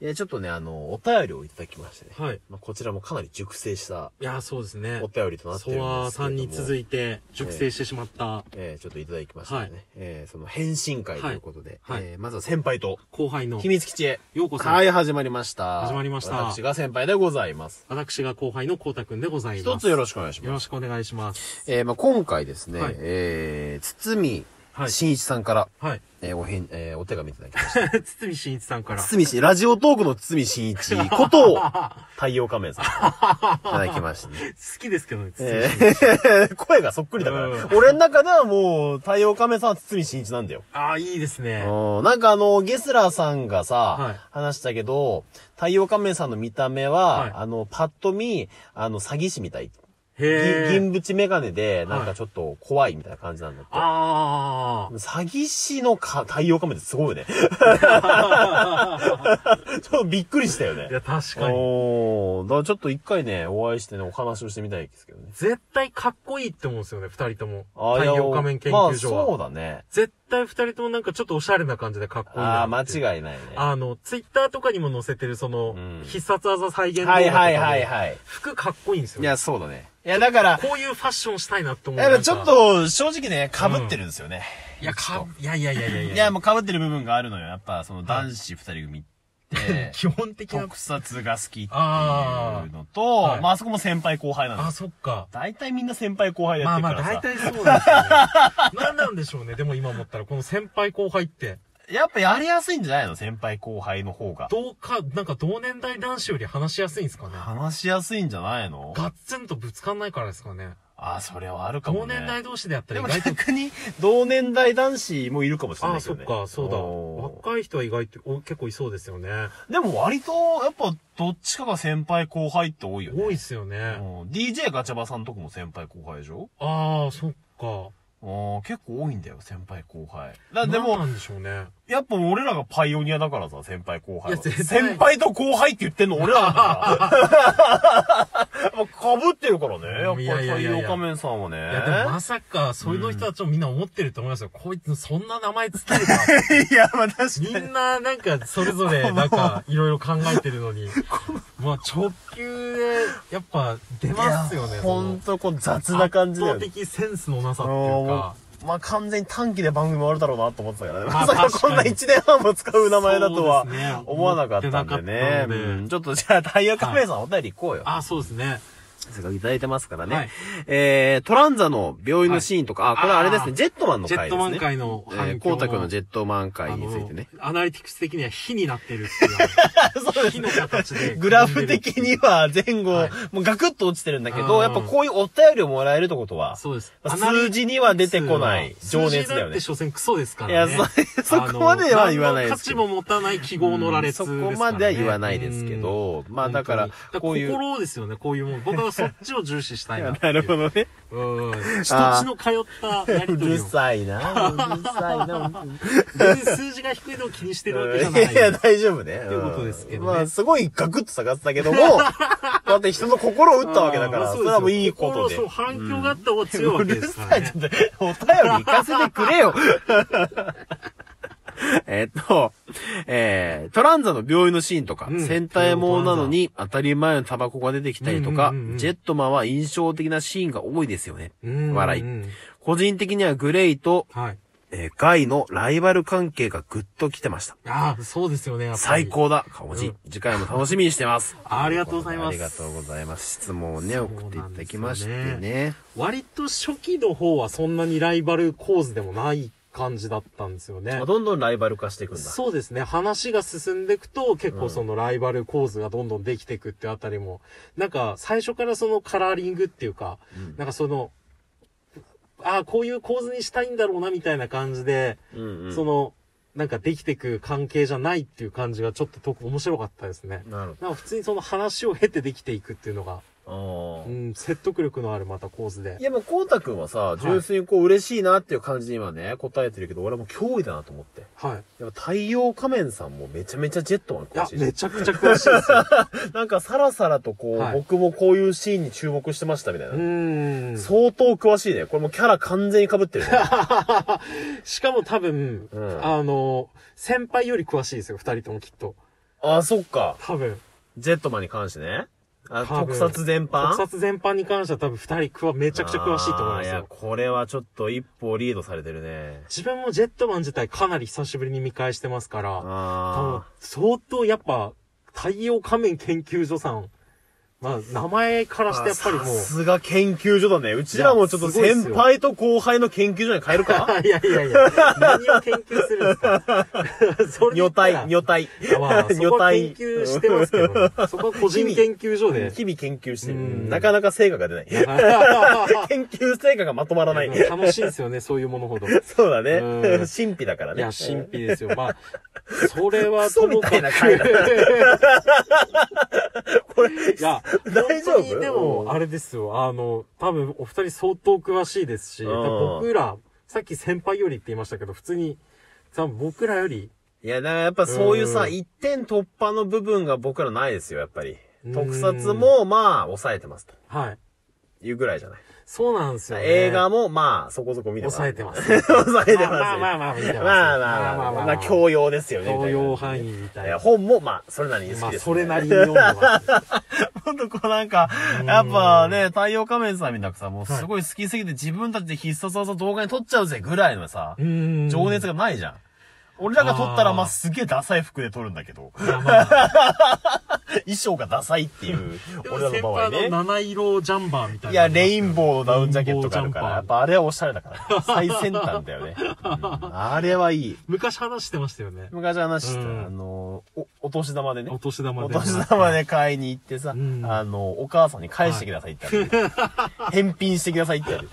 えーちょっとね、あの、お便りをいただきましてね。はい。いまあ、こちらもかなり熟成したや、そうですねお。便りとなってるんでソすけれども。ワさんに続いいて熟成してしまったえーちょっといただきましてね。はいえーその返信会ということで、はいはいえーまずは先輩と、後輩の秘密基地へ。ようこさん。はい、始まりました。始まりました私が先輩でございます。私が後輩のこうたくんでございます。一つよろしくお願いしよまろす。しくお願いします。えーまあ、今回ですね、はいえー、堤はい真一さんから、はい。えーおへん、えーお手紙いただきました。 堤真一さんから。堤真、ラジオトークの堤真一こと を、太陽仮面さんからいただきましたね。好きですけどね、堤え真一。ー 声がそっくりだかうら。ん俺の中ではもう、太陽仮面さんは堤真一なんだよ。ああ、いいですね。うんなんかあの、ゲスラーさんがさ、はい話したけど、太陽仮面さんの見た目は、はいあの、パッと見、あの、詐欺師みたい。へぎえ。銀縁メガネで、なんはかいちょっと怖いみたいな感じなんだって。あ詐欺師のか太陽仮面ってすごい よね。ちょっとびっくりしたよあ。ねい。や、確かに。おー、だからちょっと一回ね、お会いしてね、お話をしてみたいですけどね。絶対かっこいいって思うんですよね、二人とも。あー太陽仮面研究所まあ、は。そうだね。絶対二人ともなんかちょっとおしゃれな感じでかっこいいああ、間い。違いないね。あの、ツイッターとかにも載せてるそのうん、必殺技再現動画はといかはいはいも、はい。服かっこいいんですよいね。や、そうだね。いや、だから、こういうファッションしたいなって思う。やっぱちょっなんか、と、正直ね、被ってるんですよね。いや、ちょかっ、いやいやいやいやといいや。や、もう被ってる部分があるのよ。やっぱ、その男子二人組 って、基本的な。特撮が好きってあいうのと、はいまあ、あそこも先輩後輩なんあ、です。そっか。大体みんな先輩後輩でやまっあてるまからさ。あ、大体そうですよね。何なんでしょうね。でも今思ったら、この先輩後輩って、やっぱやりやすいんじゃないの先輩後輩の方が。同か、なんか同年代男子より話しやすいんですかね。話しやすいんじゃないのガッツンとぶつかんないからですかね。ああ、それはあるかも同ね。年代同士でやったでら意も外と。逆に、同年代男子もいるかもしれあないあ、けそどっね。か、そうだ。おー若い人は意外とお結構いそうですよね。でも割と、やっぱ、どっちかが先輩後輩って多いよね。多いっすよね。あうん DJ ガチャバさんとこも先輩後輩でしょあー、そっか。うん結構多いんだよ、先輩後輩。だででも。も、なんでしょうね。やっぱ俺らがパイオニアだからさ、先輩後輩は。いや絶対先輩と後輩って言ってんの俺らだ から。やっぱ被ってるからね。やっぱいやいや太いやいや陽仮面さんはね。いや、でもまさか、そういうの人たちもみんな思ってると思いますよ。こいつ、そんな名前つけるか。 いや、まあ確かにみんな、なんか、それぞれ、なんか、いろいろ考えてるのに。まあ、直球で、やっぱ、出ますよいね。やそのほんとこう雑な感じだよ圧ね。倒的センスのなさあってのいうもか。うまあ完全に短期で番組終わるだろうなと思ってたからね。ま まあさか確かこにんな1年半も使う名前だとはそうですね思わなかったんでね。思ってなかったのでうんちょっとじゃあ、タイヤカメさんお便り行こうよ。あ、そうですね。せっかくいただいてますからね。はいえー、トランザの病院のシーンとか、あ、これあれですあね、ージェットマンのジェ回ッでトすマね。ン界のえ反ー、光響の、太くんのジェットマンあ回についてね。のアナリティクス的には火になってるっていう。火の形で。グラフ的に。は前後、はいもうガクッと落ちてるんだけうど、んやっぱこういうお便りをもらえるってことは、そうです。まあ数字には出てこない数字情熱だよっねて。所詮クソですかいや、らね。そ、そこまでは言わないでですすけ価ど。値も持たない記号の羅列ですから、ねそこまでは言わないですけど、まあだから、こういだう。から心ですよね、こういうもん。僕はそっちを重視したいな。 なるほどね。うん。人ちの通ったやうりとるりを。さいな、うるさいな。本当に別に数字が低いのを気にしてるわけじゃないい。や、大丈夫ね。っていうことですけどねまあ、すごいガクッと下がってたけど も、だって人の心を打ったわけだから、あーそれはもういいことで。そうですよ心そう、反響があった方が強いわうけでるすかさらい。ねち。ょっと、お便り行かせてくれよ。 えっと、えー、トランザの病院のシーンとか、うん戦隊ものなのに当たり前のタバコが出てきたりとか、うんうんうんうんジェットマンは印象的なシーンが多いですよね。うん笑いうん個人的にはグレイと、はい。えーガイのライバル関係がぐっと来てました。ああ、そうですよね、やっぱり最。高だ、顔文字。うん次回も楽しみにしてます。 ありがとうございますありがとうございます。質問をね、送っていただきましてそうなんでね。割と初期の方はそんなにライバル構図でもない感じだったんですよね。どんどんライバル化していくそうですね。話が進んでいくと、結構そのライバル構図がどんどんできていくってあたりも、なんか最初からそのカラーリングっていうか、うんなんかその、ああ、こういう構図にしたいんだろうなみたいな感じで、うんうんその、なんかできていく関係じゃないっていう感じがちょっとと面白かったですね。なるなんか普通にその話を経てできていくっていうのが、ほうど。ん、説得力のあるまた構図でい。や、もう、こうたくんはさ、い純粋にこう、嬉しいなっていう感じで今ね、答えてるけど、俺はもう脅威だなと思って。はい。やっぱ、太陽仮面さんもめちゃめちゃジェットマンいや詳、しいめし。ちゃくちゃ詳しいで すよ。なんか、さらさらとこう、はい僕もこういうシーンに注目してましたみたいうな。ーん。相当詳しいね。これもうキャラ完全に被ってるね。 しかも多分、うんあの、先輩より詳しいですよ、二人ともきっと。あ、そっか。多分。ジェットマンに関してね。あ多分特撮全般特撮全般に関しては多分二人くわ、めちゃくちゃ詳しいと思いあーまいすや、よ。これはちょっと一歩リードされてるね。自分もジェットマン自体かなり久しぶりに見返してますから、多分あ相当やっぱ、太陽仮面研究所さん、まあ、名前からあ。してやっぱりもさすが研究所だね。うちらもちょっといやすごいっすよ先輩と後輩の研究所に変える かう、いやいやいや、何を研究するんですか それで言女ったら体、女体。ま あ、そこ女は体研。究してますけど、そこは個人研究所で。日々研究してうる。んなかなか成果が出ない。 研究成果がまとまらない。楽しいですよね、そういうものほど。いそうだね。うん神秘だからね。や、神秘ですよ。まあ、それはクソみたいな回だこれ、いや、大丈夫本当にでも、あれですよ。あの、多分お二人相当詳しいですし、うん多分僕ら、さっき先輩よりって言いましたけど、普通に、多分僕らより、いや、だからやっぱそういうさ、うん一点突破の部分が僕らないですよ、やっぱりう。ん特撮も、まあ、抑えてますと。はい。いうぐらいじゃない。そうなんですよ、ね。映画も、まあ、そこそこ見てます。抑えてます。 抑えてますよ。まあまあまあまあ見てますまあまあまあまあ。まあ、教養ですよね。教養範囲。囲みたいいやな。本も、まあ、それなりに好まきあ、です、それなりに読んでます。ほんとこうなんか、やっぱね、太陽仮面さんみたくさ、もうすごい好きすぎて自分たちで必殺技動画に撮っちゃうぜぐらいのさ、うん情熱がないじゃん。俺らが撮ったら、あーまあ、すげえダサい服で撮るんだけど、いやまあ 衣装がダサいっていう、俺らの場合ね先輩。の七色ジャンバーみたいいな。や、レインボーのダウンジャケットがあるから、レインやボージャンパーっぱあれはオシャレだから。最先端だよ ね。うんあれはいい。昔話してましたよね。昔話した、うんあの、お、お年玉でねお。年玉おで。年玉で買いに行ってさ、うんあの、お母さんに返してくださいって言った の返品してくださいってやる。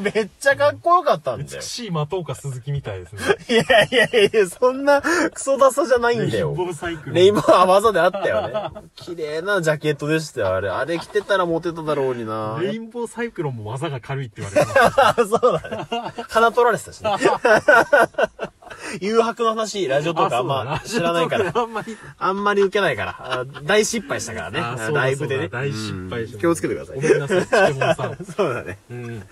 めっちゃかっこよかったんだよ美。しい松岡鈴木みたいですね。いやいやいや、そんなクソダサじゃないんだレインよ。ボーサイクル。レインボーアマゾンであったよね。綺麗なジャケットでしたよ、あれ。あれ着てたらモテただろうにな。レインボーサイクロンも技が軽いって言われて ます。あそうだね。鼻取られてた しね。誘惑の話、ラジオとかあんま知らないから。あんまり。あんまり受けないから。あ大失敗したからね。ああそうだライブでね。そうだ大失敗しうたん気をつけてくださごい。めんなさい、チケモンさん。 そうだね。うん。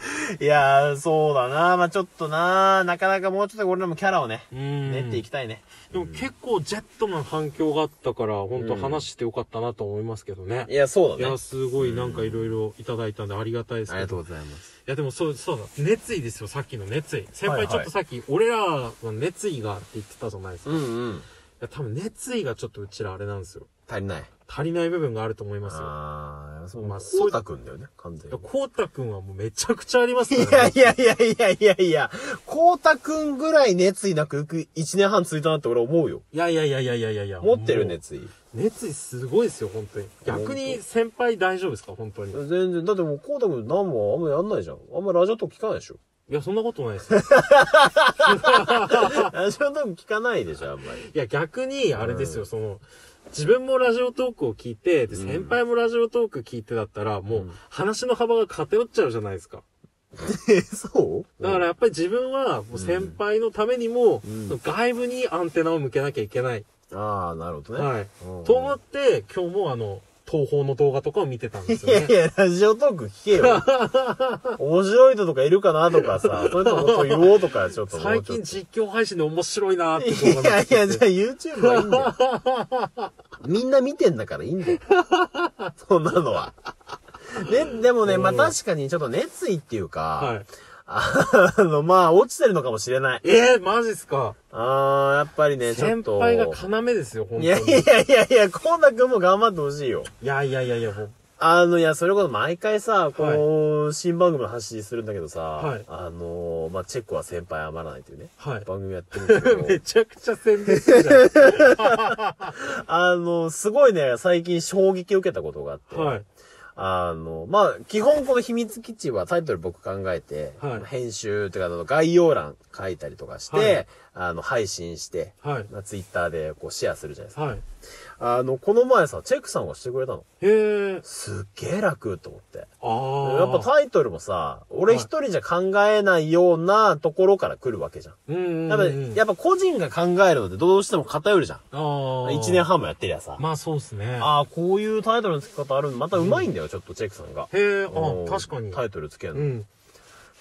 いやー、そうだな。まあちょっとな、なかなかもうちょっと俺らもキャラをね、うん練っていきたいね。でも結構ジェットマン反響があったから、本当話してよかったなと思いますけどね。いや、そういだねや、。すごいなんかいろいろいただいたんでありがたいですありけがとど。うございます。いや、でもそう、そうだ。熱意ですよ、さっきの熱意。先はい輩はいちょっとさっき、俺らは熱意がって言ってたじゃないですか。いうんうん。や、多分熱意がちょっとうちらあれなんですよ。足りない。足りない部分があると思いますよ。あー、そう、ままああ、そうそうたくんだよね、完全に。こうたくんはもうめちゃくちゃありますいかやらいね。やいやいやいやいや、こうたくんぐらい熱意なく1年半続いたなって俺思うよ。いやいやいやいやいやいやいや。持ってるもう。熱意。熱意すごいですよ、本当に。逆に先輩大丈夫ですか、本当に。い全然、だってもうこうたくん何もあんまやんないじゃん。あんまラジオと聞かないでしょ。や、そんなことないですよ。 ラジオと聞かないでしょ、あんまり。いや、逆に、あれですよ、その、自分もラジオトークを聞いて、で、先輩もラジオトーク聞いてだったら、もう、話の幅が偏っちゃうじゃないですか。え、 そうだからやっぱり自分は、もう先輩のためにも、んその外部にアンテナを向けなきゃいけない。ああ、なるほどね。はいうん。と思って、今日もあの、東宝の動画とかを見てたんですいよやい ね。や、ラジオトーク聞け よ。面白い人とかいるかなとかさ、そういうのこと言おうとか、ちょっともう最ちょっと。近実況配信で面白いなーってい動画やいがや、じゃあ YouTube はいいんだよ。 みんな見てんだからいいんだよ。そんなのは。ね、でもね、まあ、確かにちょっと熱意っていうか、はい。あの、まあ、落ちてるのかもしれない。えー、マジっすか。あー、やっぱりね、ちょっ先と。輩が要ですよ、本当いに。やいやいやいや、コーナくんも頑張ってほしいよ。いやいやいやいや、もう。あの、いや、それこそ毎回さ、この、新番組の話するんだけどさ、はいあの、まあ、チェックは先輩余らないというね、はい。番組やってるんだけめ ど、ちゃくちゃ宣伝するじゃん。あの、すごいね、最近衝撃を受けたことがあって、はい。あの、まあ、基本この秘密基地はタイトル僕考えて、はい編集とか、あの概要欄書いたりとかして、はいあの、配信して、はい。まあ、ツイッターでこうシェアするじゃないですか。はい。あの、この前さ、チェックさんがしてくれたの。へえ。すっげえ楽と思って。ああ。やっぱタイトルもさ、俺一人じゃ考えないようなところから来るわけじゃん。うんうんうん。やっぱ、やっぱ個人が考えるのってどうしても偏るじゃん。ああ。一年。半もやってりゃさ。まあそうっすね。ああ、こういうタイトルの付け方あるの、また上手いんだよ、ちょっとチェックさんが。へえ、うんあ確かに。タイトル付けるうの。ん。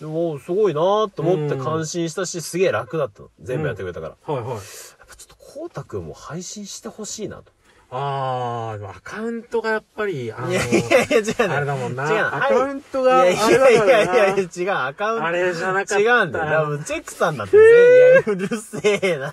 でも、すごいなーって思ってうん感心したし、すげえ楽だったの。全部やってくれたから。はいはい。やっぱちょっとここうたくんも配信してほしいなと。ああ、でもアカウントがやっぱり、あの、いやいやいや、違うね。あれだもんな。違うアカウントいが、あやいやれいだやいからやいや、違う、アカウンな。トあ。れじゃなかった。違うんだよ。多分チェックさんだってね、いやうるせえな。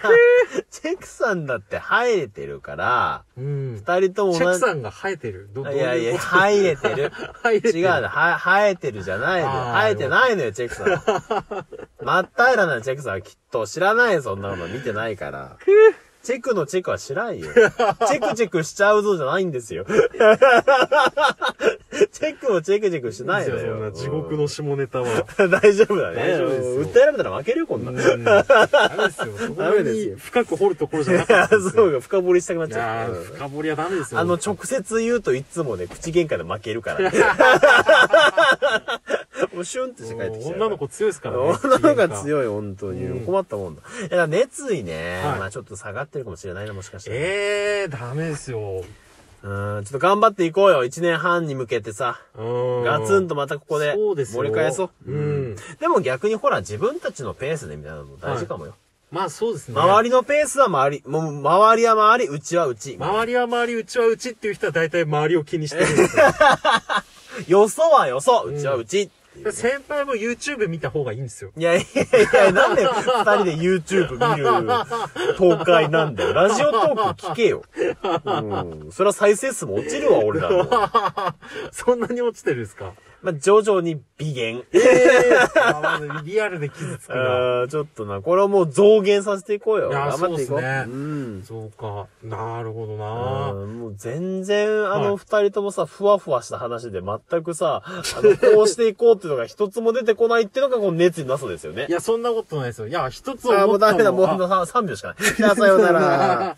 チェックさんだって入れてるから、うん。チ二人ともェッ同クじ。さんが生えてる。ど、どういやいいうや、こと入れてる。生えてる。違うの、は、生えてるじゃないのよ。あー生えてないのよ、チェックさんは。まったいらなチェックさんはきっと知らないよ、そんなの見てないから。チェックのチェックは知らんよ。チェックチェックしちゃうぞじゃないんですよ。チェックもチェックチェックしないのですよよ。そんな地獄の下ネタは。 大丈夫だね。大丈夫ですよ訴えられたら負けるよ、こんうなの。んいダメですよ。そこ ダメですによ深く掘るところじゃなかや、ったんですそよ。うか、深掘りしたくなっいちゃやう。ー、うん深掘りはダメですよ。あの、直接言うといつもね、口喧嘩で負けるから、ね。もうシュンってして帰ってきちゃうから。女の子強いですからね。女の子がい。強い、本当に。うん困ったもんだ。いや、だから熱意ね、はいまあちょっと下がってるかもしれないな、もしかしたら。ええー、ダメですよ。うん、ちょっと頑張っていこうよ、一年半に向けてさ。うん。ガツンとまたここで、そうですよ盛り返そう。うん。でも逆にほら、自分たちのペースでみたいなのも大事かもよ。まあそうですね。周りのペースは周り、もう、周りは周り、うちはうち。周りは周り、うちはうちっていう人は大体周りを気にしてるんですよ。よそはよそ、うちはうち。 先輩も YouTube 見た方がいいんですよ。いやいやいや、なんで二人で YouTube 見る東海なんだよ。ラジオトーク聞けよ。うん。そりゃ再生数も落ちるわ、俺らの。そんなに落ちてるんですかまあ、徐々に微減。ええリアルで傷つくな。あーちょっとな、これをもう増減させていこうよ。いやー頑張っていこう。そうっすねん。そうか。なるほどあな。ーもう全然、あはのい二人ともさ、ふわふわした話で全くさ、あの、こうしていこうっていうのが一つも出てこないっていうのがこの熱意のなさですよねい。や、そんなことないですよ。いや、一つあーも思うったダのメだ、もうあ3秒しかない。じゃあ、さようなら。